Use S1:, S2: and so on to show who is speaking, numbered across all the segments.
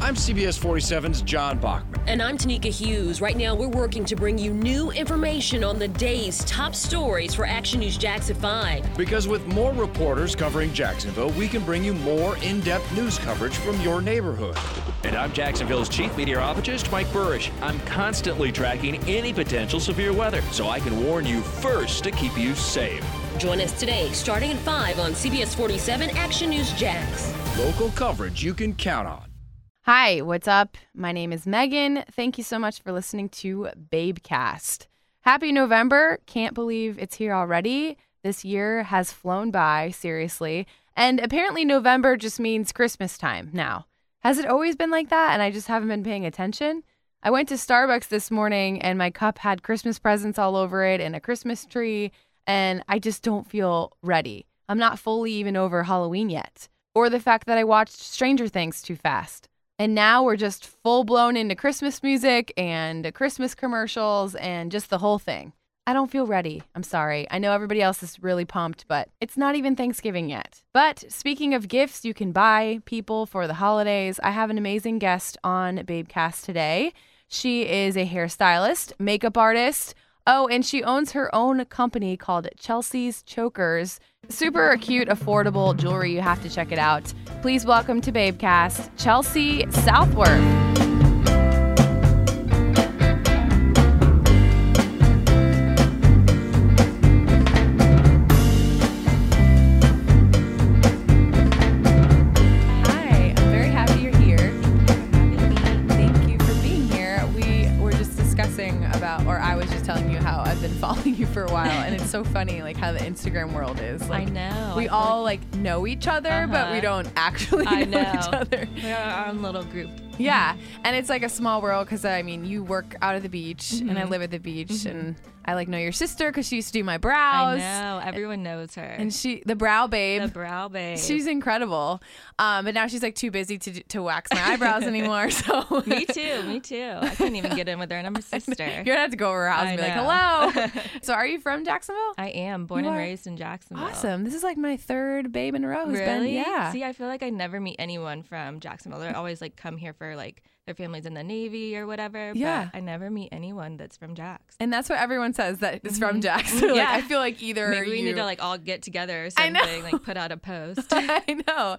S1: I'm CBS 47's John Bachman.
S2: And I'm Tanika Hughes. Right now, we're working to bring you new information on the day's top stories for Action News Jax at 5.
S1: Because with more reporters covering Jacksonville, we can bring you more in depth news coverage from your neighborhood.
S3: And I'm Jacksonville's chief meteorologist, Mike Burrish. I'm constantly tracking any potential severe weather so I can warn you first to keep you safe.
S2: Join us today, starting at 5 on CBS 47 Action News Jax.
S1: Local coverage you can count on.
S4: Hi, what's up? My name is Megan. Thank you so much for listening to Babecast. Happy November. Can't believe it's here already. This year has flown by, seriously. And apparently, November just means Christmas time now. Has it always been like that? And I just haven't been paying attention? I went to Starbucks this morning and my cup had Christmas presents all over it and a Christmas tree, and I just don't feel ready. I'm not fully even over Halloween yet, or the fact that I watched Stranger Things too fast. And now we're just full blown into Christmas music and Christmas commercials and just the whole thing. I don't feel ready. I'm sorry. I know everybody else is really pumped, but it's not even Thanksgiving yet. But speaking of gifts you can buy people for the holidays, I have an amazing guest on Babecast today. She is a hairstylist, makeup artist. Oh, and she owns her own company called Chelsea's Chokers. Super cute, affordable jewelry. You have to check it out. Please welcome to Babecast, Chelsea Southworth. Hi, I'm very happy you're here. Thank you for being here. We were just discussing about, or I was just telling you how I've been following you for a while, and it's so funny, like how the Instagram world is. Like,
S5: I know.
S4: We
S5: I feel
S4: all like know each other, but we
S5: Uh-huh.
S4: don't actually
S5: I
S4: know, each
S5: know.
S4: other.
S5: like we're our own little group.
S4: Yeah, and it's like a small world because I mean, you work out of the beach, and
S5: Mm-hmm.
S4: I live at the beach, and I like know your sister because she used to do my brows,
S5: I know. Everyone knows her.
S4: and she the brow babe.
S5: the brow babe.
S4: She's incredible, um, but now she's like too busy to d- to wax my eyebrows anymore. So
S5: me too. Me too. I couldn't even get in with her, and I'm her sister.
S4: You're gonna have to go over her house and be
S5: I
S4: like,
S5: know.
S4: "Hello." so, are you from Jacksonville?
S5: I am born
S4: You
S5: and
S4: are-
S5: raised in Jacksonville.
S4: Awesome. This is like my third babe in a row. who's
S5: Really?
S4: Been, yeah.
S5: See, I feel like I never meet anyone from Jacksonville. They're always like come here for like their families in the Navy or whatever.
S4: Yeah.
S5: But I never meet anyone that's from Jax.
S4: and that's what everyone says that it's from Jackson. like,
S5: Mm-hmm. Yeah.
S4: I feel like either
S5: Maybe we
S4: you...
S5: need to like all get together or
S4: I know.
S5: something. Like put out a post.
S4: I know.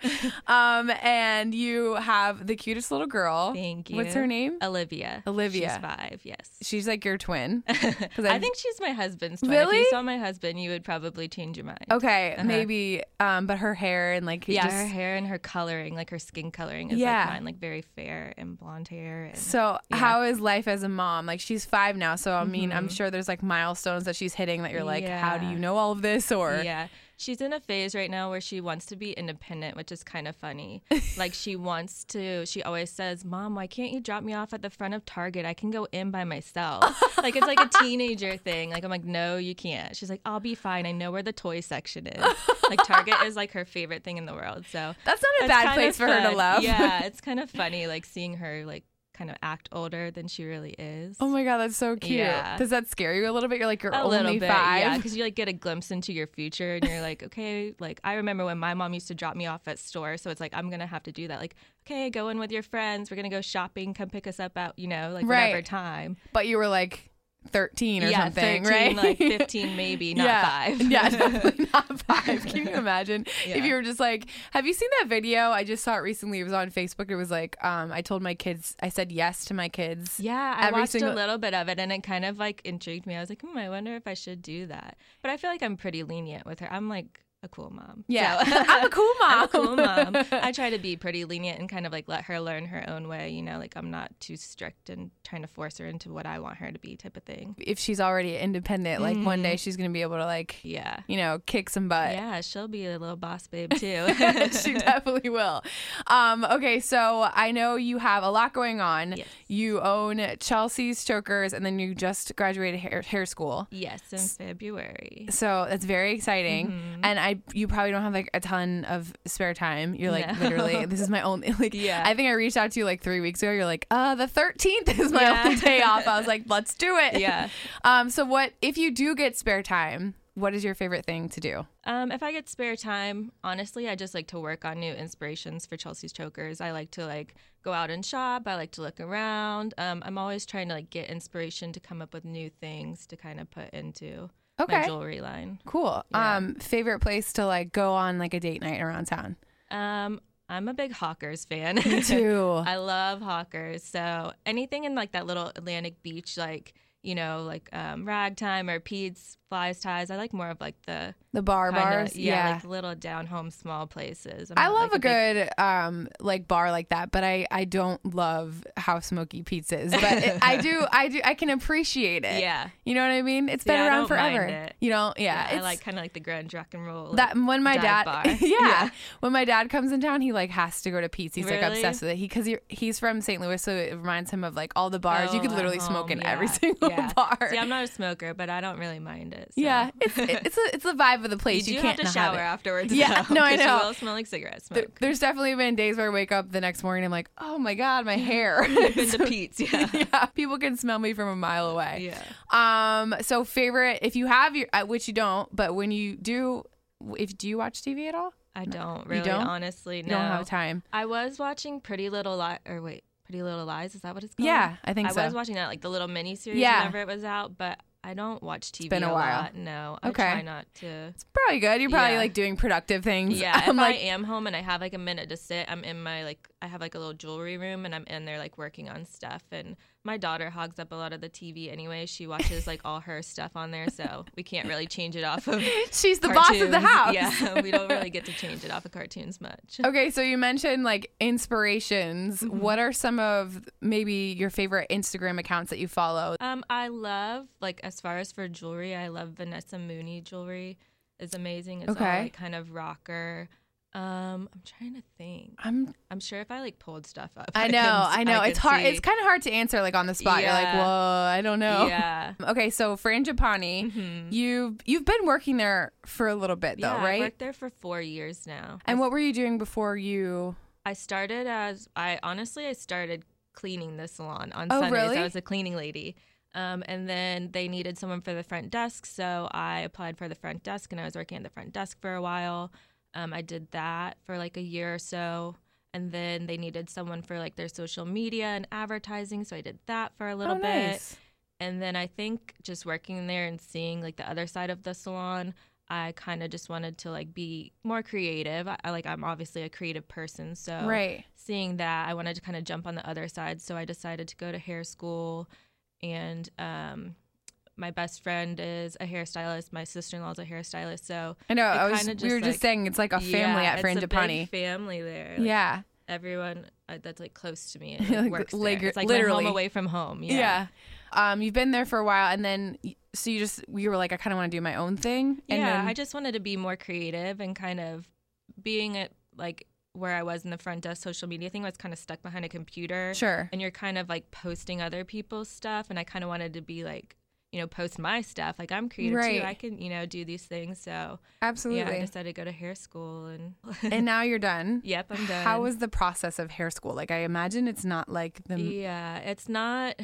S4: Um, and you have the cutest little girl.
S5: Thank you.
S4: What's her name?
S5: Olivia.
S4: Olivia.
S5: She's five. Yes.
S4: She's like your twin. 'Cause
S5: I think she's my husband's twin. If
S4: Really?
S5: you saw my husband, you would probably change your mind.
S4: Okay, maybe. Um, but her hair and like it
S5: Uh-huh. Yeah,
S4: just-
S5: her hair and her coloring, like her skin coloring, is
S4: Yeah.
S5: like mine, like very fair and blonde hair. And
S4: So how is life as a mom? Like she's five now, so I mean, I'm sure there's like milestones that she's hitting that you're like, how do
S5: Mm-hmm. Yeah.
S4: you know all of this? Or
S5: yeah, she's in a phase right now where she wants to be independent, which is kind of funny. like she wants to. She always says, "Mom, why can't you drop me off at the front of Target? I can go in by myself." like it's like a teenager thing. Like I'm like, "No, you can't." She's like, "I'll be fine. I know where the toy section is." like Target is like her favorite thing in the world. So
S4: that's not a
S5: That's
S4: bad
S5: kind
S4: place
S5: of
S4: for her to
S5: fun.
S4: love.
S5: Yeah, it's kind of funny, like seeing her like kind of act older than she really is.
S4: oh my god, that's so cute.
S5: Yeah.
S4: Does that scare you a little bit? You're like you're
S5: a
S4: only
S5: little bit,
S4: five.
S5: yeah, because you like get a glimpse into your future, and you're like, okay, like I remember when my mom used to drop me off at store, so it's like I'm gonna have to do that. Like, okay, go in with your friends, we're gonna go shopping, come pick us up at you know like whatever
S4: Right.
S5: time.
S4: But you were like 13 or
S5: yeah,
S4: something,
S5: 13,
S4: right?
S5: Like 15 maybe, not
S4: yeah.
S5: five.
S4: yeah, definitely not five. Can you imagine if
S5: Yeah.
S4: you were just like, have you seen that video? I just saw it recently. It was on Facebook. It was like, um, I told my kids, I said yes to my kids.
S5: Yeah, I
S4: every
S5: watched
S4: single-
S5: a little bit of it and it kind of like intrigued me. I was like, hmm, I wonder if I should do that. But I feel like I'm pretty lenient with her. I'm like a cool mom.
S4: Yeah.
S5: So-
S4: I'm a cool mom.
S5: I'm a cool mom. I try to be pretty lenient and kind of like let her learn her own way, you know, like I'm not too strict and trying to force her into what I want her to be type of thing.
S4: if she's already independent, like one day she's going to be able to, like,
S5: Mm-hmm. Yeah.
S4: you know, kick some butt.
S5: Yeah, she'll be a little boss babe too.
S4: she definitely will. Um, okay, so I know you have a lot going on.
S5: Yes.
S4: You own Chelsea's Chokers, and then you just graduated hair, hair school.
S5: yes, in February.
S4: So that's very exciting.
S5: Mm-hmm.
S4: And I you probably don't have like a ton of spare time. You're like
S5: No.
S4: literally this is my only like
S5: Yeah.
S4: I think I reached out to you like 3 weeks ago. You're like, "Uh, the 13th is my
S5: Yeah.
S4: only day off." I was like, "Let's do it."
S5: Yeah.
S4: Um so what if you do get spare time, What is your favorite thing to do?
S5: Um, if I get spare time, honestly, I just like to work on new inspirations for Chelsea's Chokers. I like to like go out and shop. I like to look around. Um, I'm always trying to like get inspiration to come up with new things to kind of put into
S4: Okay.
S5: my jewelry line.
S4: Cool.
S5: Yeah.
S4: Um, favorite place to like go on like a date night around town.
S5: Um, I'm a big Hawkers fan.
S4: too.
S5: I love Hawkers. So anything in like that little Atlantic Beach, like you know, like um, ragtime or Pete's flies ties. I like more of like the
S4: The bar
S5: kinda-
S4: bars.
S5: yeah, like little down home small places. I'm
S4: I
S5: not,
S4: love
S5: like,
S4: a good um like bar like that, but I I don't love how smoky pizza is. But it, I do I do I can appreciate it.
S5: big, yeah.
S4: You know what I mean? It's been
S5: Yeah, I
S4: around
S5: don't mind
S4: forever.
S5: it.
S4: You know, yeah.
S5: Yeah, I
S4: it's-
S5: like kind of like the grunge rock and roll.
S4: that
S5: like,
S4: when my dad
S5: dive bar.
S4: yeah, when my dad comes in town he like has to go to Pete's he's like
S5: Really?
S4: obsessed with it he because he's from St. Louis so it reminds him of like all the bars you could
S5: Oh,
S4: literally
S5: at
S4: smoke in
S5: home,
S4: every
S5: yeah,
S4: single
S5: yeah.
S4: bar
S5: See, I'm not a smoker, but I don't really mind it. so.
S4: yeah it's it's a, it's the vibe of the place
S5: you,
S4: you
S5: do
S4: can't
S5: have to
S4: not
S5: shower
S4: have it.
S5: afterwards.
S4: Yeah,
S5: though,
S4: no, I
S5: 'cause
S4: know.
S5: You will smell like cigarette
S4: There-
S5: smoke.
S4: there's definitely been days where I wake up the next morning I'm like oh my god my hair
S5: Been to Pete's, yeah.
S4: yeah people can smell me from a mile away
S5: Yeah.
S4: um so favorite if you have your uh, which you don't but when you do if do you watch TV at all
S5: I don't really,
S4: don't?
S5: honestly.
S4: you
S5: no.
S4: don't have time
S5: I was watching Pretty Little Lies, or wait, Pretty Little Lies. Is that what it's called?
S4: Yeah, I think
S5: I
S4: so.
S5: was watching that, like the little mini series
S4: Yeah.
S5: whenever it was out, but I don't watch TV
S4: been a while.
S5: lot. No,
S4: Okay.
S5: I try not to.
S4: probably good. You're probably
S5: Yeah.
S4: like doing productive things.
S5: Yeah, if
S4: I'm like,
S5: I am home and I have like a minute to sit, I'm in my like I have like a little jewelry room and I'm in there like working on stuff. And my daughter hogs up a lot of the TV anyway. She watches like all her stuff on there, so we can't really change it off of.
S4: she's the boss of the
S5: cartoons.
S4: house. Oh,
S5: Yeah, we don't really get to change it off of cartoons much.
S4: Okay, so you mentioned like inspirations.
S5: Mm-hmm.
S4: What are some of maybe your favorite Instagram accounts that you follow?
S5: Um, I love like as far as for jewelry, I love Vanessa Mooney jewelry. is amazing. It's
S4: Okay.
S5: all like, kind of rocker. Um, I'm trying to think.
S4: I'm
S5: I'm sure if I like pulled stuff up,
S4: I
S5: could-
S4: know, I know.
S5: could
S4: it's hard
S5: see.
S4: it's kind of hard to answer like on the spot. You're like,
S5: Yeah.
S4: "Whoa, I don't know."
S5: yeah. Mm-hmm.
S4: Okay, so Frangipani, you've you've been working there for a little bit though,
S5: yeah, I
S4: right?
S5: worked there for four years now.
S4: and what were you doing before you
S5: I started as I honestly I started cleaning the salon on
S4: Oh,
S5: Sundays.
S4: really?
S5: I was a cleaning lady. Um, and then they needed someone for the front desk, so I applied for the front desk, and I was working at the front desk for a while. Um, I did that for like a year or so, and then they needed someone for like their social media and advertising, so I did that for a little
S4: oh,
S5: bit.
S4: nice.
S5: And then I think just working there and seeing like the other side of the salon, I kind of just wanted to like be more creative. I, I- like I'm obviously a creative person, so
S4: Right.
S5: seeing that, I wanted to kind of jump on the other side. So I decided to go to hair school, and um, my best friend is a hairstylist. My sister in law is a hairstylist. So
S4: I know.
S5: it
S4: I was
S5: kinda
S4: we were
S5: just,
S4: just
S5: like-
S4: saying it's like a family
S5: yeah,
S4: at
S5: it's a big
S4: Frangipani.
S5: family there. Like,
S4: Yeah.
S5: everyone uh, that's like close to me
S4: Like,
S5: like, works
S4: lig-
S5: there. It's like
S4: literally.
S5: my home away from home.
S4: Yeah. Um, you've been there for a while, and then y- so you just you were like, I kind of want to do my own thing. And
S5: yeah,
S4: then,
S5: I just wanted to be more creative and kind of being at like where I was in the front desk social media thing I was kind of stuck behind a computer.
S4: Sure.
S5: And you're kind of like posting other people's stuff and I kind of wanted to be like, you know, post my stuff. Like I'm creative
S4: Right.
S5: too. I can, you know, do these things. So
S4: absolutely.
S5: yeah, I decided to go to hair school and
S4: and now you're done.
S5: Yep, I'm done.
S4: How was the process of hair school? Like, I imagine it's not like the
S5: Yeah, it's not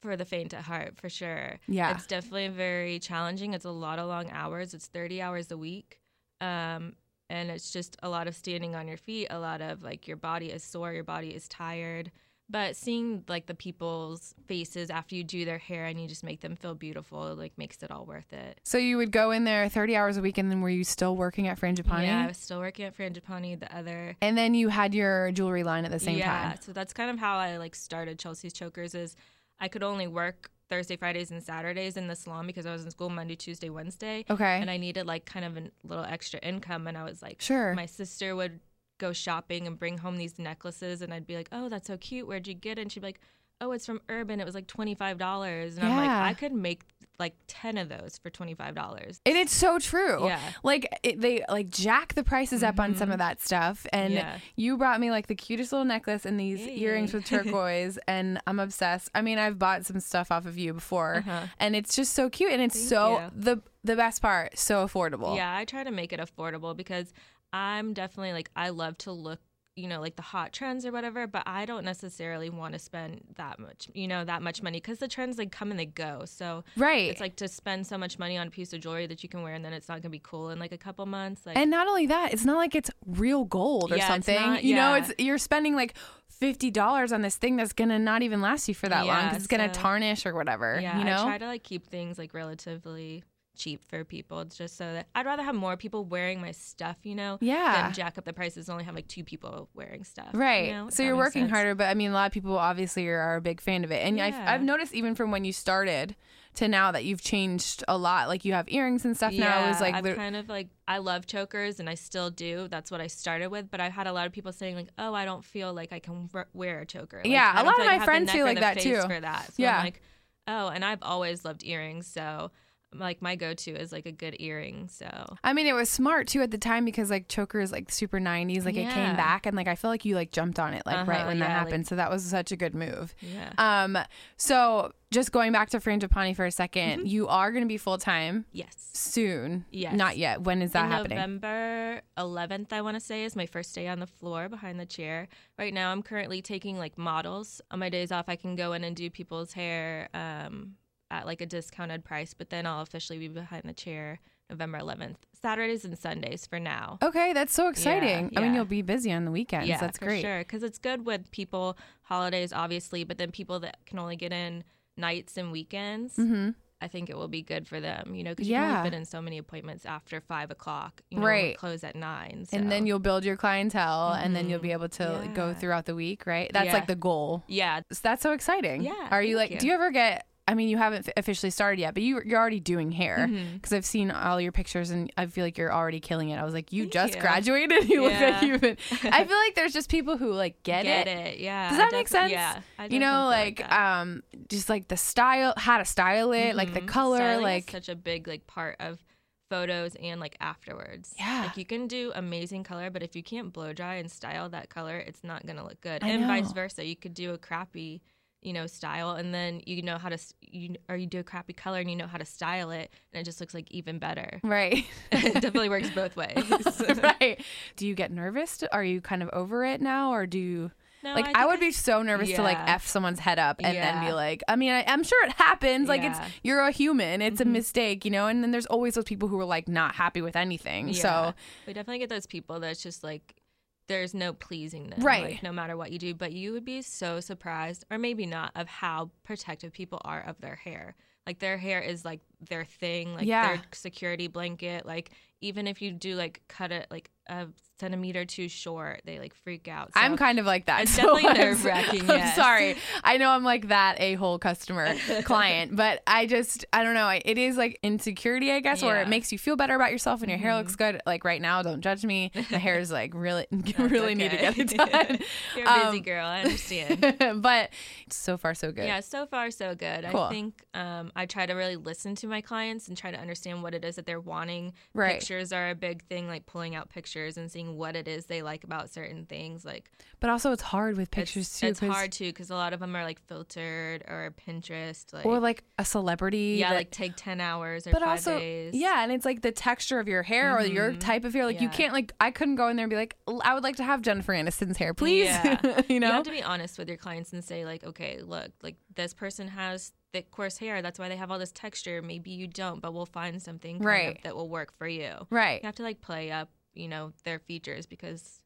S5: for the faint at heart for sure.
S4: Yeah.
S5: It's definitely very challenging. It's a lot of long hours. It's 30 hours a week. Um, and it's just a lot of standing on your feet, a lot of like your body is sore, your body is tired. But seeing like the people's faces after you do their hair and you just make them feel beautiful, it, like makes it all worth it.
S4: So you would go in there 30 hours a week, and then were you still working at Frangipani?
S5: Yeah, I was still working at Frangipani, the other
S4: And then you had your jewelry line at the same
S5: yeah,
S4: time.
S5: so that's kind of how I like started Chelsea's Chokers is I could only work Thursday, Fridays, and Saturdays in the salon because I was in school Monday, Tuesday, Wednesday.
S4: Okay.
S5: And I needed like kind of a little extra income, and I was like,
S4: Sure.
S5: My sister would go shopping and bring home these necklaces, and I'd be like, oh, that's so cute. Where'd you get it? And she'd be like. Oh, it's from Urban. It was like twenty five dollars, and I'm like,
S4: Yeah.
S5: I could make like ten of those for twenty five dollars.
S4: And it's so true.
S5: Yeah. Mm-hmm.
S4: Like it, they like jack the prices up on some of that stuff. And
S5: Yeah.
S4: you brought me like the cutest little necklace and these earrings with turquoise and I'm obsessed. I mean, I've bought some stuff off of you before and it's just so cute and it's so
S5: Uh-huh. you.
S4: the the best part, so affordable.
S5: Yeah, I try to make it affordable because I'm definitely like I love to look you know like the hot trends or whatever but i don't necessarily want to spend that much you know that much money because the trends like come and they go so
S4: Right.
S5: it's like to spend so much money on a piece of jewelry that you can wear and then it's not gonna be cool in like a couple months like
S4: and not only that, it's not like it's real gold or
S5: Yeah, it's
S4: something.
S5: not-
S4: you know,
S5: yeah.
S4: it's you're spending like fifty dollars on this thing that's gonna not even last you for that long
S5: Yeah,
S4: because it's gonna
S5: so-
S4: tarnish or whatever.
S5: yeah
S4: you know,
S5: i try to like keep things like relatively cheap for people It's just so that i'd rather have more people wearing my stuff you know
S4: Yeah.
S5: than jack up the prices and only have like two people wearing stuff you
S4: Right.
S5: know, if
S4: so
S5: that
S4: you're
S5: makes
S4: working
S5: sense.
S4: harder, but I mean, a lot of people obviously are, are a big fan of it. And I've,
S5: Yeah.
S4: I've noticed even from when you started to now that you've changed a lot. Like you have earrings and stuff now. It was like,
S5: I've
S4: lit-
S5: kind of like I love chokers and I still do. That's what I started with. But I've had a lot of people saying like, "Oh, I don't feel like I can w- wear a choker." Like,
S4: Yeah,
S5: I
S4: a
S5: don't
S4: lot
S5: feel
S4: of
S5: like I
S4: my
S5: have the
S4: friends
S5: neck
S4: feel
S5: or
S4: like
S5: the
S4: that,
S5: face
S4: too.
S5: For that, so
S4: Yeah.
S5: I'm like, oh, and I've always loved earrings, so like my go-to is like a good earring. So
S4: I mean, it was smart too at the time because like choker is like super 90s. Like it came
S5: Yeah.
S4: back and like I feel like you like jumped on it like right
S5: Uh-huh,
S4: when that
S5: yeah, like-
S4: happened. so that was such a good move.
S5: yeah,
S4: Um, so just going back to Frangipani for a 2nd you are going to be full time
S5: yes.
S4: soon.
S5: Mm-hmm. Yes.
S4: Not yet. When is that
S5: In
S4: happening?
S5: November 11th, I want to say, is my first day on the floor behind the chair. Right now, I'm currently taking like models. On my days off, I can go in and do people's hair um, at like a discounted price, but then I'll officially be behind the chair November 11th, Saturdays and Sundays for now.
S4: Okay, that's so exciting. I mean,
S5: yeah.
S4: you'll be busy on the weekends.
S5: yeah,
S4: Oh, that's
S5: for
S4: great.
S5: sure. Because it's good with people, holidays, obviously, but then people that can only get in nights and weekends.
S4: hmm
S5: I think it will be good for them, you know, because you
S4: Yeah.
S5: can only fit in so many appointments after five o'clock. You know,
S4: Right.
S5: We close at nine.
S4: And then
S5: so-
S4: you'll build your clientele and then you'll be able to
S5: Mm-hmm. Yeah.
S4: go throughout the week, right? That's
S5: Yeah.
S4: like the goal.
S5: Yeah,
S4: So that's so exciting.
S5: Yeah,
S4: Are you
S5: thank
S4: like,
S5: you.
S4: do you ever get, I mean, you haven't f- officially started yet, but you, you're already doing hair
S5: Mm-hmm.
S4: because I've seen all your pictures and I feel like you're already killing it. I was like, you just
S5: you.
S4: graduated. You look like
S5: Yeah.
S4: you've been, I feel like there's just people who like get,
S5: get it. Yeah.
S4: Does
S5: I
S4: that make
S5: defi-
S4: sense?
S5: Yeah. I
S4: you
S5: definitely
S4: know,
S5: feel
S4: like,
S5: that.
S4: um, just like the style, how to style it, like the
S5: Mhm.
S4: color,
S5: Styling is
S4: like
S5: such a big like part of photos and like afterwards.
S4: Yeah.
S5: Like you can do amazing color, but if you can't blow dry and style that color, it's not gonna look good.
S4: I
S5: and vice
S4: know.
S5: versa, you could do a crappy, you know, style, and then you know how to s- you or you do a crappy color and you know how to style it, and it just looks like even better.
S4: right.
S5: it definitely works both ways.
S4: Hmm. right. Do you get nervous? Are you kind of over it now, or do you?
S5: No,
S4: like
S5: think
S4: I, would be so nervous to like
S5: yeah.
S4: f someone's head up and then be
S5: Yeah.
S4: like, I mean, I, I'm sure it happens. Like
S5: Yeah. Mm-hmm.
S4: it's you're a human. It's a mistake, you know. And then there's always those people who are like not happy with anything.
S5: Yeah.
S4: So
S5: we definitely get those people that's just like there's no pleasing them,
S4: Right.
S5: Like, no matter what you do, but you would be so surprised, or maybe not, of how protective people are of their hair. Like their hair is like their thing, like
S4: Yeah.
S5: their security blanket. Like even if you do like cut it like a centimeter too short, they like freak out. So
S4: I'm kind of like that.
S5: It's
S4: so
S5: definitely
S4: I'm-
S5: nerve-wracking,
S4: I'm
S5: yes.
S4: sorry. I know I'm like that a whole customer client, but I just I don't know. I- It is like insecurity, I guess, where
S5: Yeah. Mm-hmm.
S4: it makes you feel better about yourself and your hair looks good. Like right now, don't judge me. My hair is like really really need to get
S5: okay.
S4: it done.
S5: You're a busy
S4: Um,
S5: girl. I understand.
S4: but so far so good.
S5: Yeah, so far so good.
S4: Cool.
S5: I think um, I try to really listen to my clients and try to understand what it is that they're wanting.
S4: Right.
S5: Pictures are a big thing, like pulling out pictures and seeing what it is they like about certain things. Like
S4: But also, it's hard with
S5: it's-
S4: pictures too.
S5: It's
S4: 'cause-
S5: hard too because a lot of them are like filtered or Pinterest. Like,
S4: Or like a celebrity.
S5: yeah,
S4: that-
S5: like take ten hours or
S4: But
S5: five
S4: also,
S5: days. Mm-hmm.
S4: yeah, and it's like the texture of your hair or your type of hair. Like you
S5: Yeah.
S4: can't like I couldn't go in there and be like, "L- I would like to have Jennifer Aniston's hair, please.
S5: Yeah.
S4: you know.
S5: You have to be honest with your clients and say, like, okay, look, like this person has thick, coarse hair. That's why they have all this texture. Maybe you don't, but we'll find something kind of
S4: Right.
S5: that will work for you.
S4: Right.
S5: You have to like play up, you know, their features because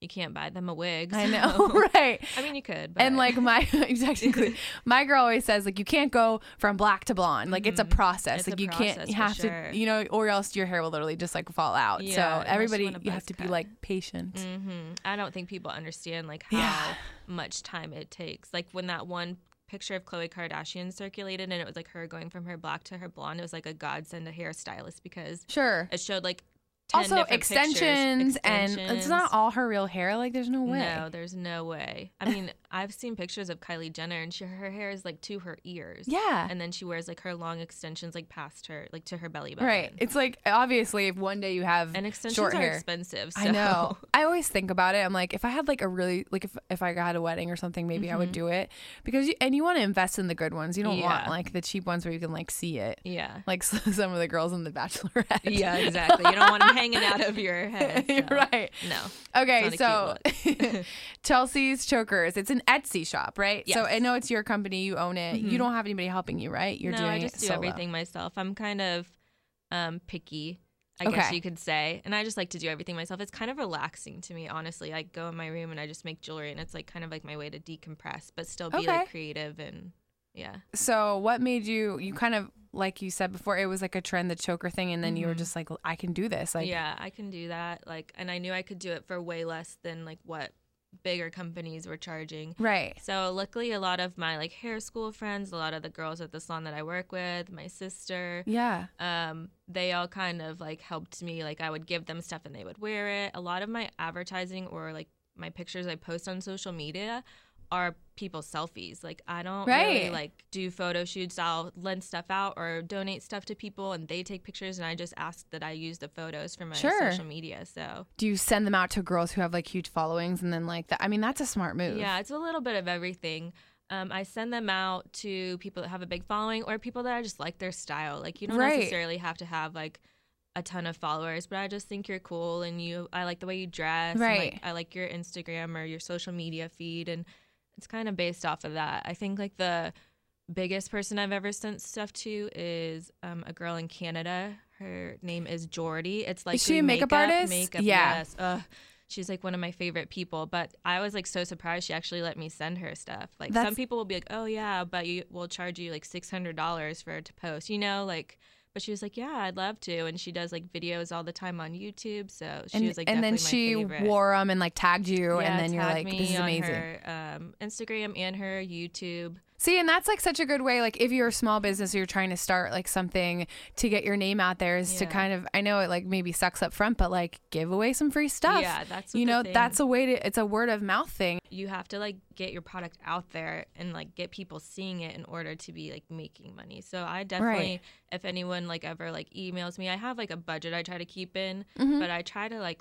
S5: you can't buy them a wig.
S4: I
S5: so-
S4: know, right?
S5: I mean, you could, but
S4: And like my exactly, my girl always says like you can't go from black to blonde. Like it's a process.
S5: Mm-hmm.
S4: like
S5: It's a
S4: you can't
S5: process
S4: you
S5: for
S4: have
S5: sure.
S4: to you know, or else your hair will literally just like fall out.
S5: Yeah,
S4: so
S5: unless you
S4: everybody,
S5: want a
S4: you have
S5: buzz
S4: to be
S5: cut.
S4: like patient.
S5: hmm I don't think people understand like how
S4: Yeah.
S5: much time it takes. Like when that one picture of Khloe Kardashian circulated and it was like her going from her black to her blonde, it was like a godsend to hairstylist because
S4: Sure.
S5: it showed like 10
S4: also
S5: different pictures,
S4: extensions, and it's not
S5: extensions.
S4: all her real hair. Like there's no way.
S5: No, there's no way. I mean, I've seen pictures of Kylie Jenner, and she, her hair is like to her ears.
S4: Yeah.
S5: and then she wears like her long extensions like past her, like to her belly button.
S4: Right. It's like obviously if one day you have
S5: and extensions
S4: short
S5: are
S4: hair.
S5: expensive. So.
S4: I know. I always think about it. I'm like, if I had like a really like if if I had a wedding or something, maybe I would do it because you and you want to invest in the good ones. You don't want
S5: Mm-hmm. Yeah.
S4: like the cheap ones where you can like see it,
S5: Yeah.
S4: like s- some of the girls in The Bachelorette.
S5: Yeah, exactly. You don't want them hanging out of your head.
S4: You're
S5: no.
S4: right.
S5: No.
S4: Okay,
S5: It's not a
S4: so Chelsea's Chokers. It's an Etsy shop, right? So
S5: Yes. Mm-hmm.
S4: I know it's your company. You own it. You don't have anybody helping you, right? You're
S5: no,
S4: doing
S5: I just
S4: it
S5: do
S4: solo.
S5: everything myself. I'm kind of um, picky, I guess
S4: Okay.
S5: you could say. And I just like to do everything myself. It's kind of relaxing to me, honestly. I go in my room and I just make jewelry, and it's like kind of like my way to decompress, but still be
S4: Okay.
S5: like creative and yeah.
S4: So what made you? You kind of like you said before, it was like a trend, the choker thing, and then you were just like, I can do this. Like,
S5: Mm-hmm. yeah, I can do that. Like, and I knew I could do it for way less than like what bigger companies were charging.
S4: right.
S5: So luckily, a lot of my like hair school friends, a lot of the girls at the salon that I work with, my sister,
S4: Yeah.
S5: um, they all kind of like helped me. Like I would give them stuff and they would wear it. A lot of my advertising or like my pictures I post on social media are people's selfies. Like I don't really
S4: Right.
S5: like do photo shoots. I'll lend stuff out or donate stuff to people and they take pictures and I just ask that I use the photos for my
S4: Sure.
S5: social media. So
S4: Do you send them out to girls who have like huge followings, and then like that? I mean, that's a smart move.
S5: Yeah, it's a little bit of everything. Um, I send them out to people that have a big following or people that I just like their style. Like you don't
S4: Right.
S5: necessarily have to have like a ton of followers, but I just think you're cool and you I like the way you dress. and,
S4: Right.
S5: like, I like your Instagram or your social media feed and it's kind of based off of that. I think like the biggest person I've ever sent stuff to is um, a girl in Canada. Her name is Jordy. It's like
S4: Is she
S5: the
S4: a makeup artist?
S5: Makeup,
S4: Yeah.
S5: yes. Ugh. She's like one of my favorite people, but I was like so surprised she actually let me send her stuff. Like
S4: That's-
S5: some people will be like, "Oh yeah, but you will charge you like six hundred dollars for it to post," you know, like. But she was like, "Yeah, I'd love to," and she does like videos all the time on YouTube. So she
S4: And,
S5: was like,
S4: and then
S5: definitely
S4: she
S5: my favorite.
S4: wore them and like tagged you,
S5: Yeah,
S4: and then you're
S5: tagged
S4: like,
S5: me
S4: this is
S5: on
S4: amazing.
S5: Her, um, Instagram and her YouTube.
S4: See, and that's like such a good way. Like, if you're a small business or you're trying to start like something to get your name out there, is to
S5: Yeah.
S4: kind of, I know it like maybe sucks up front, but like give away some free stuff.
S5: Yeah, that's
S4: you
S5: what the
S4: know,
S5: thing-
S4: that's a way to. It's a word of mouth thing.
S5: You have to like get your product out there and like get people seeing it in order to be like making money. So I definitely, if anyone like ever like emails me, I have like a budget I try to keep in,
S4: Mm-hmm.
S5: but I try to like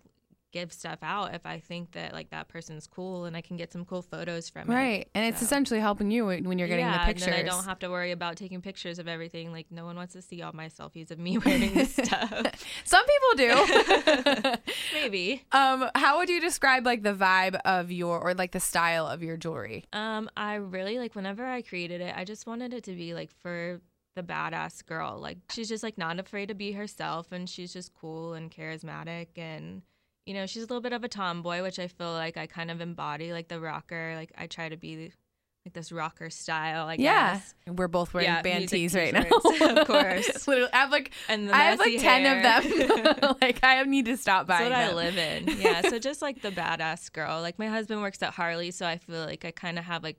S5: give stuff out if I think that like that person's cool and I can get some cool photos from it.
S4: Right. And it's
S5: So-
S4: essentially helping you when when you're getting
S5: yeah,
S4: the pictures.
S5: and then I don't have to worry about taking pictures of everything. Like no one wants to see all my selfies of me wearing this stuff.
S4: Some people do.
S5: Maybe.
S4: um, how would you describe like the vibe of your or like the style of your jewelry?
S5: Um, I really like whenever I created it, I just wanted it to be like for the badass girl. Like she's just like not afraid to be herself and she's just cool and charismatic and you know, she's a little bit of a tomboy, which I feel like I kind of embody, like the rocker. Like I try to be like this rocker style, I
S4: yeah.
S5: guess.
S4: We're both wearing
S5: Yeah,
S4: band
S5: music
S4: tees right now.
S5: t-shirts, of course.
S4: Literally, I have like
S5: And the
S4: I have like
S5: messy
S4: ten of
S5: hair.
S4: them. like I need to stop
S5: That's
S4: buying
S5: what I
S4: them.
S5: live in. Yeah. So just like the badass girl. Like my husband works at Harley, so I feel like I kind of have like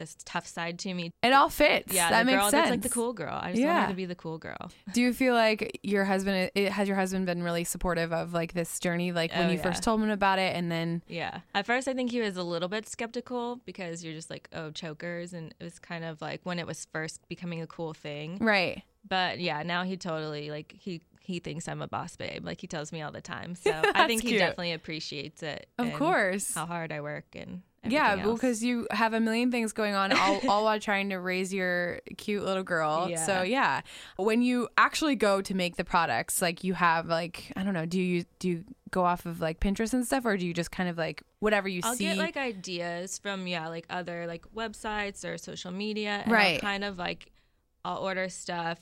S5: this tough side to me.
S4: It all fits.
S5: Yeah,
S4: that
S5: the
S4: makes
S5: girl
S4: sense.
S5: that's like the cool girl. I just want
S4: Yeah.
S5: her to be the cool girl.
S4: Do you feel like your husband it, has your husband been really supportive of like this journey? Like when
S5: Oh,
S4: you
S5: yeah.
S4: first told him about it, and then
S5: Yeah. At first, I think he was a little bit skeptical because you're just like, oh, chokers. And it was kind of like when it was first becoming a cool thing.
S4: right.
S5: But yeah, now he totally, like, he, he thinks I'm a boss babe. Like, he tells me all the time. So I think he
S4: cute.
S5: definitely appreciates it.
S4: Of
S5: and
S4: course.
S5: How hard I work and
S4: Yeah,
S5: everything else.
S4: because you have a million things going on, all, all while trying to raise your cute little girl.
S5: Yeah.
S4: So yeah, when you actually go to make the products, like you have like I don't know, do you do you go off of like Pinterest and stuff, or do you just kind of like whatever you
S5: I'll
S4: see?
S5: get like ideas from yeah, like other like websites or social media, and
S4: Right.
S5: I'll kind of like I'll order stuff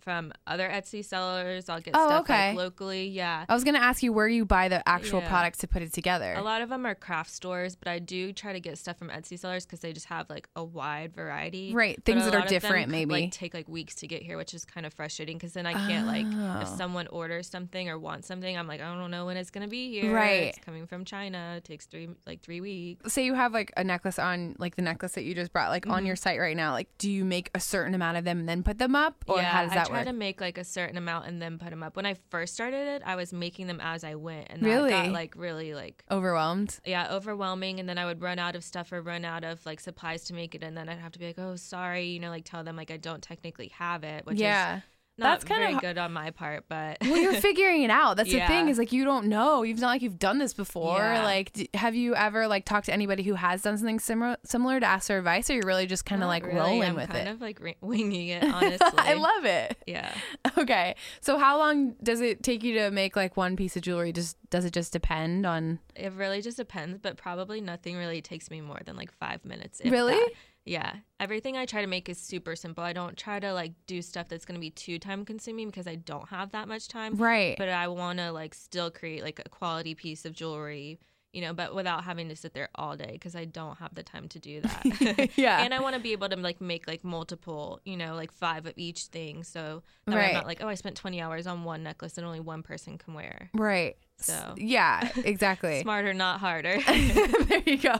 S5: from other Etsy sellers. I'll get
S4: Oh,
S5: stuff
S4: okay.
S5: like locally. Yeah,
S4: I was gonna ask you where you buy the actual
S5: Yeah.
S4: products to put it together.
S5: a lot of them are craft stores, but I do try to get stuff from Etsy sellers because they just have like a wide variety.
S4: Right,
S5: But
S4: things
S5: a
S4: that are
S5: lot of them,
S4: different,
S5: like,
S4: maybe.
S5: take like weeks to get here, which is kind of frustrating because then I can't like
S4: Oh.
S5: if someone orders something or wants something, I'm like I don't know when it's gonna be here.
S4: Right.
S5: it's coming from China. It takes three like three weeks.
S4: Say you have like a necklace on, like the necklace that you just brought, like on
S5: Mm-hmm.
S4: your site right now. Like, do you make a certain amount of them and then put them up, or
S5: yeah,
S4: how does that
S5: I try
S4: work?
S5: to make like a certain amount and then put them up. When I first started it, I was making them as I went, and
S4: Really?
S5: that got like really like
S4: Overwhelmed.
S5: yeah overwhelming. And then I would run out of stuff or run out of like supplies to make it, and then I'd have to be like, oh sorry, you know, like tell them like I don't technically have it, which is
S4: yeah.
S5: Not
S6: That's kinda
S5: very
S6: har-
S5: good on my part, but
S4: Well, you're figuring it out. That's the thing
S5: Yeah.
S4: is like you don't know. You've not like you've done this before.
S5: Yeah.
S4: Like, d- have you ever like talked to anybody who has done something similar similar to ask for advice, or you're really just kind of
S5: Not
S4: like
S5: really.
S4: rolling
S5: I'm
S4: with
S5: kind
S4: it?
S5: of like re- winging it, honestly.
S4: I love it.
S5: Yeah.
S4: Okay, so how long does it take you to make like one piece of jewelry? Just does it just depend on?
S5: It really just depends, but probably nothing really takes me more than like five minutes. if
S4: Really?
S5: that. Yeah. Everything I try to make is super simple. I don't try to like do stuff that's going to be too time consuming because I don't have that much time.
S4: Right.
S5: But I want to like still create like a quality piece of jewelry, you know, but without having to sit there all day because I don't have the time to do that.
S4: Yeah.
S5: And I want to be able to like make like multiple, you know, like five of each thing. So that way
S4: Right.
S5: I'm not like, oh, I spent 20 hours on one necklace that only one person can wear.
S4: Right. S-
S5: So.
S4: Yeah. Exactly.
S5: Smarter, not harder.
S4: there you go.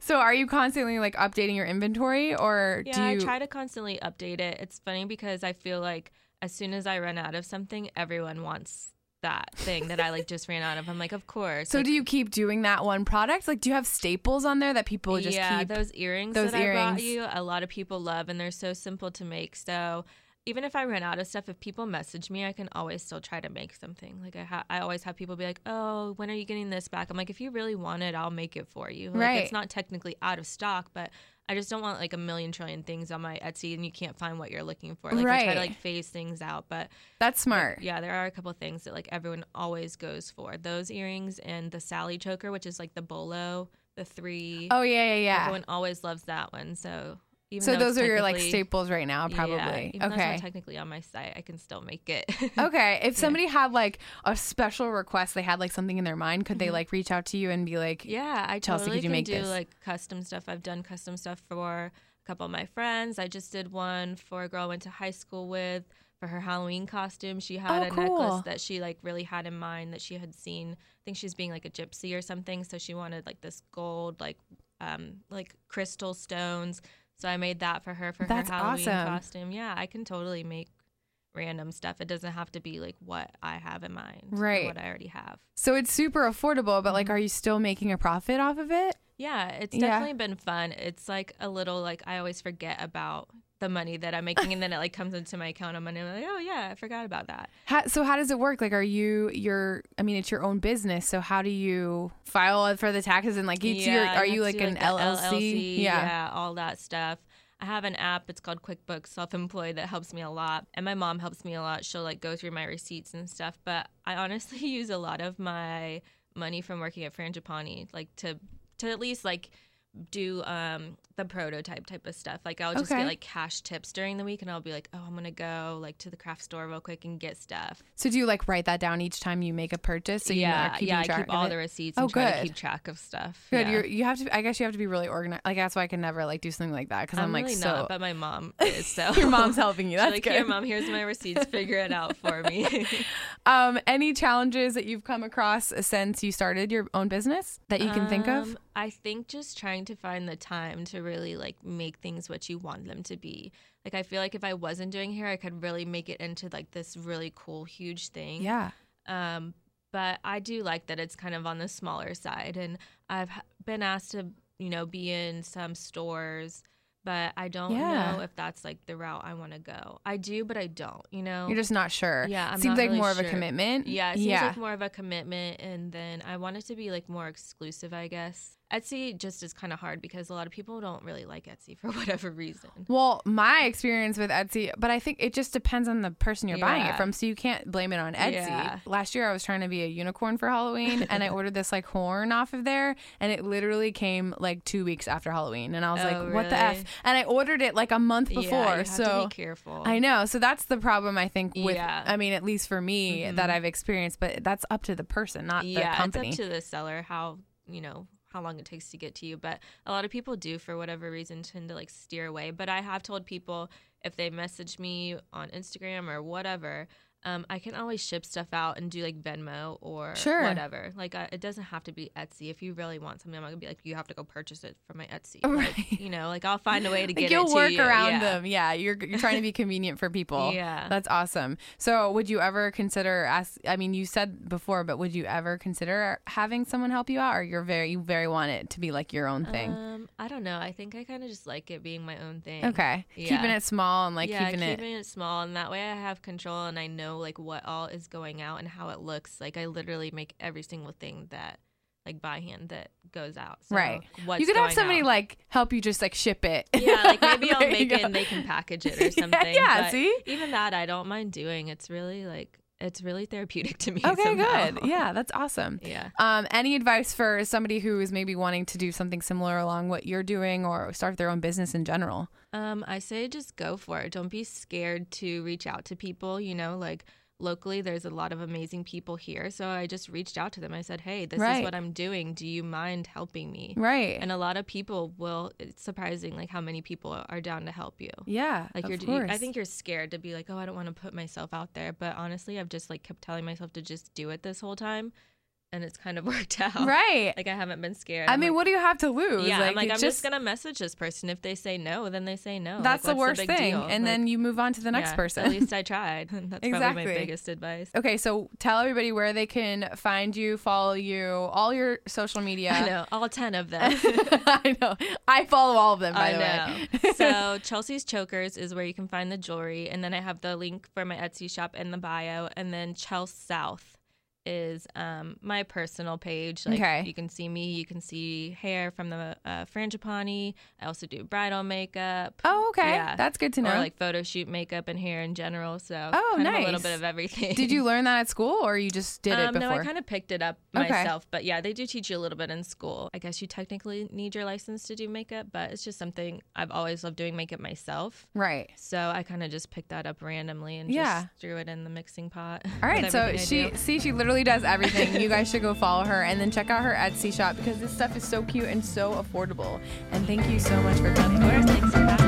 S4: So are you constantly like updating your inventory, or
S5: Yeah,
S4: do you?
S5: I try to constantly update it. It's funny because I feel like as soon as I run out of something, everyone wants that thing that I like just ran out of. I'm like, of course.
S4: so
S5: Like,
S4: do you keep doing that one product? Like, do you have staples on there that people just
S5: yeah,
S4: keep?
S5: those earrings
S4: those
S5: that I
S4: earrings.
S5: brought you, a lot of people love, and they're so simple to make. So even if I run out of stuff, if people message me, I can always still try to make something. Like I, ha- I always have people be like, "Oh, when are you getting this back?" I'm like, "If you really want it, I'll make it for you." Like,
S4: Right.
S5: It's not technically out of stock, but I just don't want like a million trillion things on my Etsy, and you can't find what you're looking for. Like I try
S4: Right.
S5: to like phase things out, but
S4: That's smart.
S5: yeah, there are a couple things that like everyone always goes for. Those earrings and the Sally choker, which is like the bolo, the three.
S4: Oh yeah, yeah, yeah.
S5: Everyone always loves that one. So even
S4: So
S5: though
S4: those
S5: it's
S4: are your like
S5: technically-
S4: staples right now,
S5: Yeah,
S4: probably.
S5: even though it's
S4: okay.
S5: not technically on my site, I can still make it.
S4: Okay. If somebody had like a special request, they had like something in their mind, could they like reach out to you and be like,
S5: Mm-hmm. yeah, I
S4: Chelsea,
S5: totally
S4: could you
S5: can
S4: make
S5: do
S4: this?
S5: like custom stuff. I've done custom stuff for a couple of my friends. I just did one for a girl I went to high school with for her Halloween costume. She had
S4: Oh,
S5: a
S4: cool.
S5: necklace that she like really had in mind that she had seen. I think she's being like a gypsy or something, so she wanted like this gold like um like crystal stones. So I made that for her for
S4: That's
S5: her Halloween
S4: awesome.
S5: costume. Yeah, I can totally make random stuff. It doesn't have to be like what I have in mind, or
S4: Right.
S5: What I already have.
S4: so it's super affordable, but
S5: Mm-hmm.
S4: like, are you still making a profit off of it?
S5: Yeah, it's
S4: Yeah.
S5: definitely been fun. It's like a little like I always forget about the money that I'm making, and then it like comes into my account on Monday. I'm like, oh yeah, I forgot about that.
S4: How, so how does it work? Like, are you your? I mean, it's your own business. So how do you file for the taxes and like? It's your,
S5: Yeah, you
S4: are you
S5: have
S4: like
S5: to do,
S4: an
S5: the
S4: LLC?
S5: Yeah. all that stuff. I have an app. It's called QuickBooks Self-Employed that helps me a lot, and my mom helps me a lot. She'll like go through my receipts and stuff. But I honestly use a lot of my money from working at Frangipani, like to to at least like do um the prototype type of stuff. Like I'll just
S4: Okay.
S5: get like cash tips during the week, and I'll be like, oh, I'm gonna go like to the craft store real quick and get stuff.
S4: So do you like write that down each time you make a purchase? So you
S5: yeah,
S4: are keeping
S5: yeah. I
S4: track
S5: keep
S4: of
S5: all
S4: it?
S5: the receipts.
S4: Oh,
S5: and try to
S4: good.
S5: keep track of stuff.
S4: Good.
S5: Yeah.
S4: You're, you have to. I guess you have to be really organized. Like that's why I can never like do something like that because I'm, like
S5: really
S4: so.
S5: not, but my mom is. So
S4: Your mom's helping you.
S5: She's
S4: That's
S5: like,
S4: good.
S5: Here, mom, here's my receipts. Figure it out for me.
S4: Um, any challenges that you've come across since you started your own business that you can think of?
S5: Um, I think just trying to find the time to really like make things what you want them to be. Like I feel like if I wasn't doing hair, I could really make it into like this really cool, huge thing.
S4: Yeah.
S5: Um, but I do like that it's kind of on the smaller side, and I've h- been asked to, you know, be in some stores, but I don't
S4: Yeah.
S5: know if that's like the route I want to go. I do, but I don't. You know,
S4: You're just not sure.
S5: Yeah, I'm
S4: Seems
S5: not
S4: like
S5: really
S4: more of a
S5: sure.
S4: commitment.
S5: Yeah, it seems like more of a commitment, and then I want it to be like more exclusive, I guess. Etsy just is kind of hard because a lot of people don't really like Etsy for whatever reason.
S4: well, my experience with Etsy, but I think it just depends on the person you're buying it
S5: Yeah.
S4: from. So you can't blame it on Etsy.
S5: Yeah.
S4: Last year, I was trying to be a unicorn for Halloween and I ordered this like horn off of there and it literally came like two weeks after Halloween. And I was
S5: Oh,
S4: like, what the F?
S5: really?
S4: And I ordered it like a month before.
S5: yeah, you have
S4: so
S5: to be careful.
S4: I know. So that's the problem I think with
S5: Yeah. Mm-hmm.
S4: I mean, at least for me that I've experienced, but that's up to the person, not
S5: yeah,
S4: the company.
S5: it's up to the seller how you know how long it takes to get to you. But a lot of people do, for whatever reason, tend to like steer away. But I have told people if they message me on Instagram or whatever, um, I can always ship stuff out and do like Venmo or
S4: Sure.
S5: whatever. Like uh, it doesn't have to be Etsy. If you really want something, I'm not gonna be like you have to go purchase it from my Etsy. Like,
S4: Right.
S5: you know, like I'll find a way to get
S4: Like
S5: it
S4: you'll
S5: to
S4: work
S5: you.
S4: around
S5: Yeah.
S4: them. Yeah, you're you're trying to be convenient for people.
S5: Yeah.
S4: that's awesome. So, would you ever consider ask? I mean, you said before, but would you ever consider having someone help you out, or you're very you very want it to be like your own thing?
S5: Um, I don't know. I think I kind of just like it being my own thing.
S4: okay, keeping
S5: yeah.
S4: it small and like
S5: yeah,
S4: keeping it.
S5: small, and that way I have control and I know like what all is going out and how it looks. Like I literally make every single thing that like by hand that goes out. So
S4: Right.
S5: What's
S4: you could have
S5: going
S4: somebody
S5: out-
S4: like help you just like ship it.
S5: yeah, like maybe I'll
S4: There you
S5: make it
S4: go.
S5: and they can package it
S4: Yeah,
S5: or something.
S4: yeah,
S5: but
S4: see?
S5: even that I don't mind doing. It's really like it's really therapeutic to me.
S4: Okay,
S5: somehow.
S4: good. Yeah, that's awesome.
S5: Yeah.
S4: Um, any advice for somebody who is maybe wanting to do something similar along what you're doing or start their own business in general?
S5: Um, I say just go for it. Don't be scared to reach out to people. You know, like locally, there's a lot of amazing people here. So I just reached out to them. I said, hey, this
S4: Right.
S5: is what I'm doing. Do you mind helping me?
S4: Right.
S5: And a lot of people will. It's surprising, like how many people are down to help you.
S4: yeah.
S5: Like
S4: of
S5: you're,
S4: course.
S5: you, I think you're scared to be like, oh, I don't want to put myself out there. But honestly, I've just like kept telling myself to just do it this whole time, and it's kind of worked out.
S4: right.
S5: Like I haven't been scared.
S4: I
S5: I'm
S4: mean,
S5: like,
S4: what do you have to lose?
S5: yeah, I'm like,
S4: you
S5: I'm just, gonna message this person. If they say no, then they say no. Like,
S4: That's the worst
S5: what's big
S4: thing,
S5: deal?
S4: and
S5: Like,
S4: then you move on to the next
S5: yeah,
S4: person.
S5: At least I tried. That's probably
S4: Exactly.
S5: my biggest advice.
S4: okay, so tell everybody where they can find you, follow you, all your social media.
S5: I know all ten of them.
S4: I know. I follow all of them, by
S5: I
S4: the
S5: know.
S4: way.
S5: so Chelsea's Chokers is where you can find the jewelry, and then I have the link for my Etsy shop in the bio, and then Chelsea South is um, my personal page. Like
S4: Okay.
S5: you can see me, you can see hair from the uh, frangipani. I also do bridal makeup.
S4: Oh, okay.
S5: Yeah.
S4: That's good to know.
S5: Or like photo shoot makeup and hair in general. So
S4: Oh,
S5: kind of a little
S4: nice.
S5: bit of everything.
S4: Did you learn that at school or you just did it
S5: Um,
S4: before?
S5: no, I kind of picked it up
S4: Okay.
S5: myself, but yeah, they do teach you a little bit in school. I guess you technically need your license to do makeup, but it's just something I've always loved doing makeup myself.
S4: right.
S5: So I kind of just picked that up randomly and
S4: Yeah.
S5: just threw it in the mixing pot.
S4: All right,
S5: with
S4: so
S5: everything
S4: she
S5: I do.
S4: see she literally does everything. you guys should go follow her and then check out her Etsy shop because this stuff is so cute and so affordable. And thank you so much for coming.
S5: Of course, thanks for having me.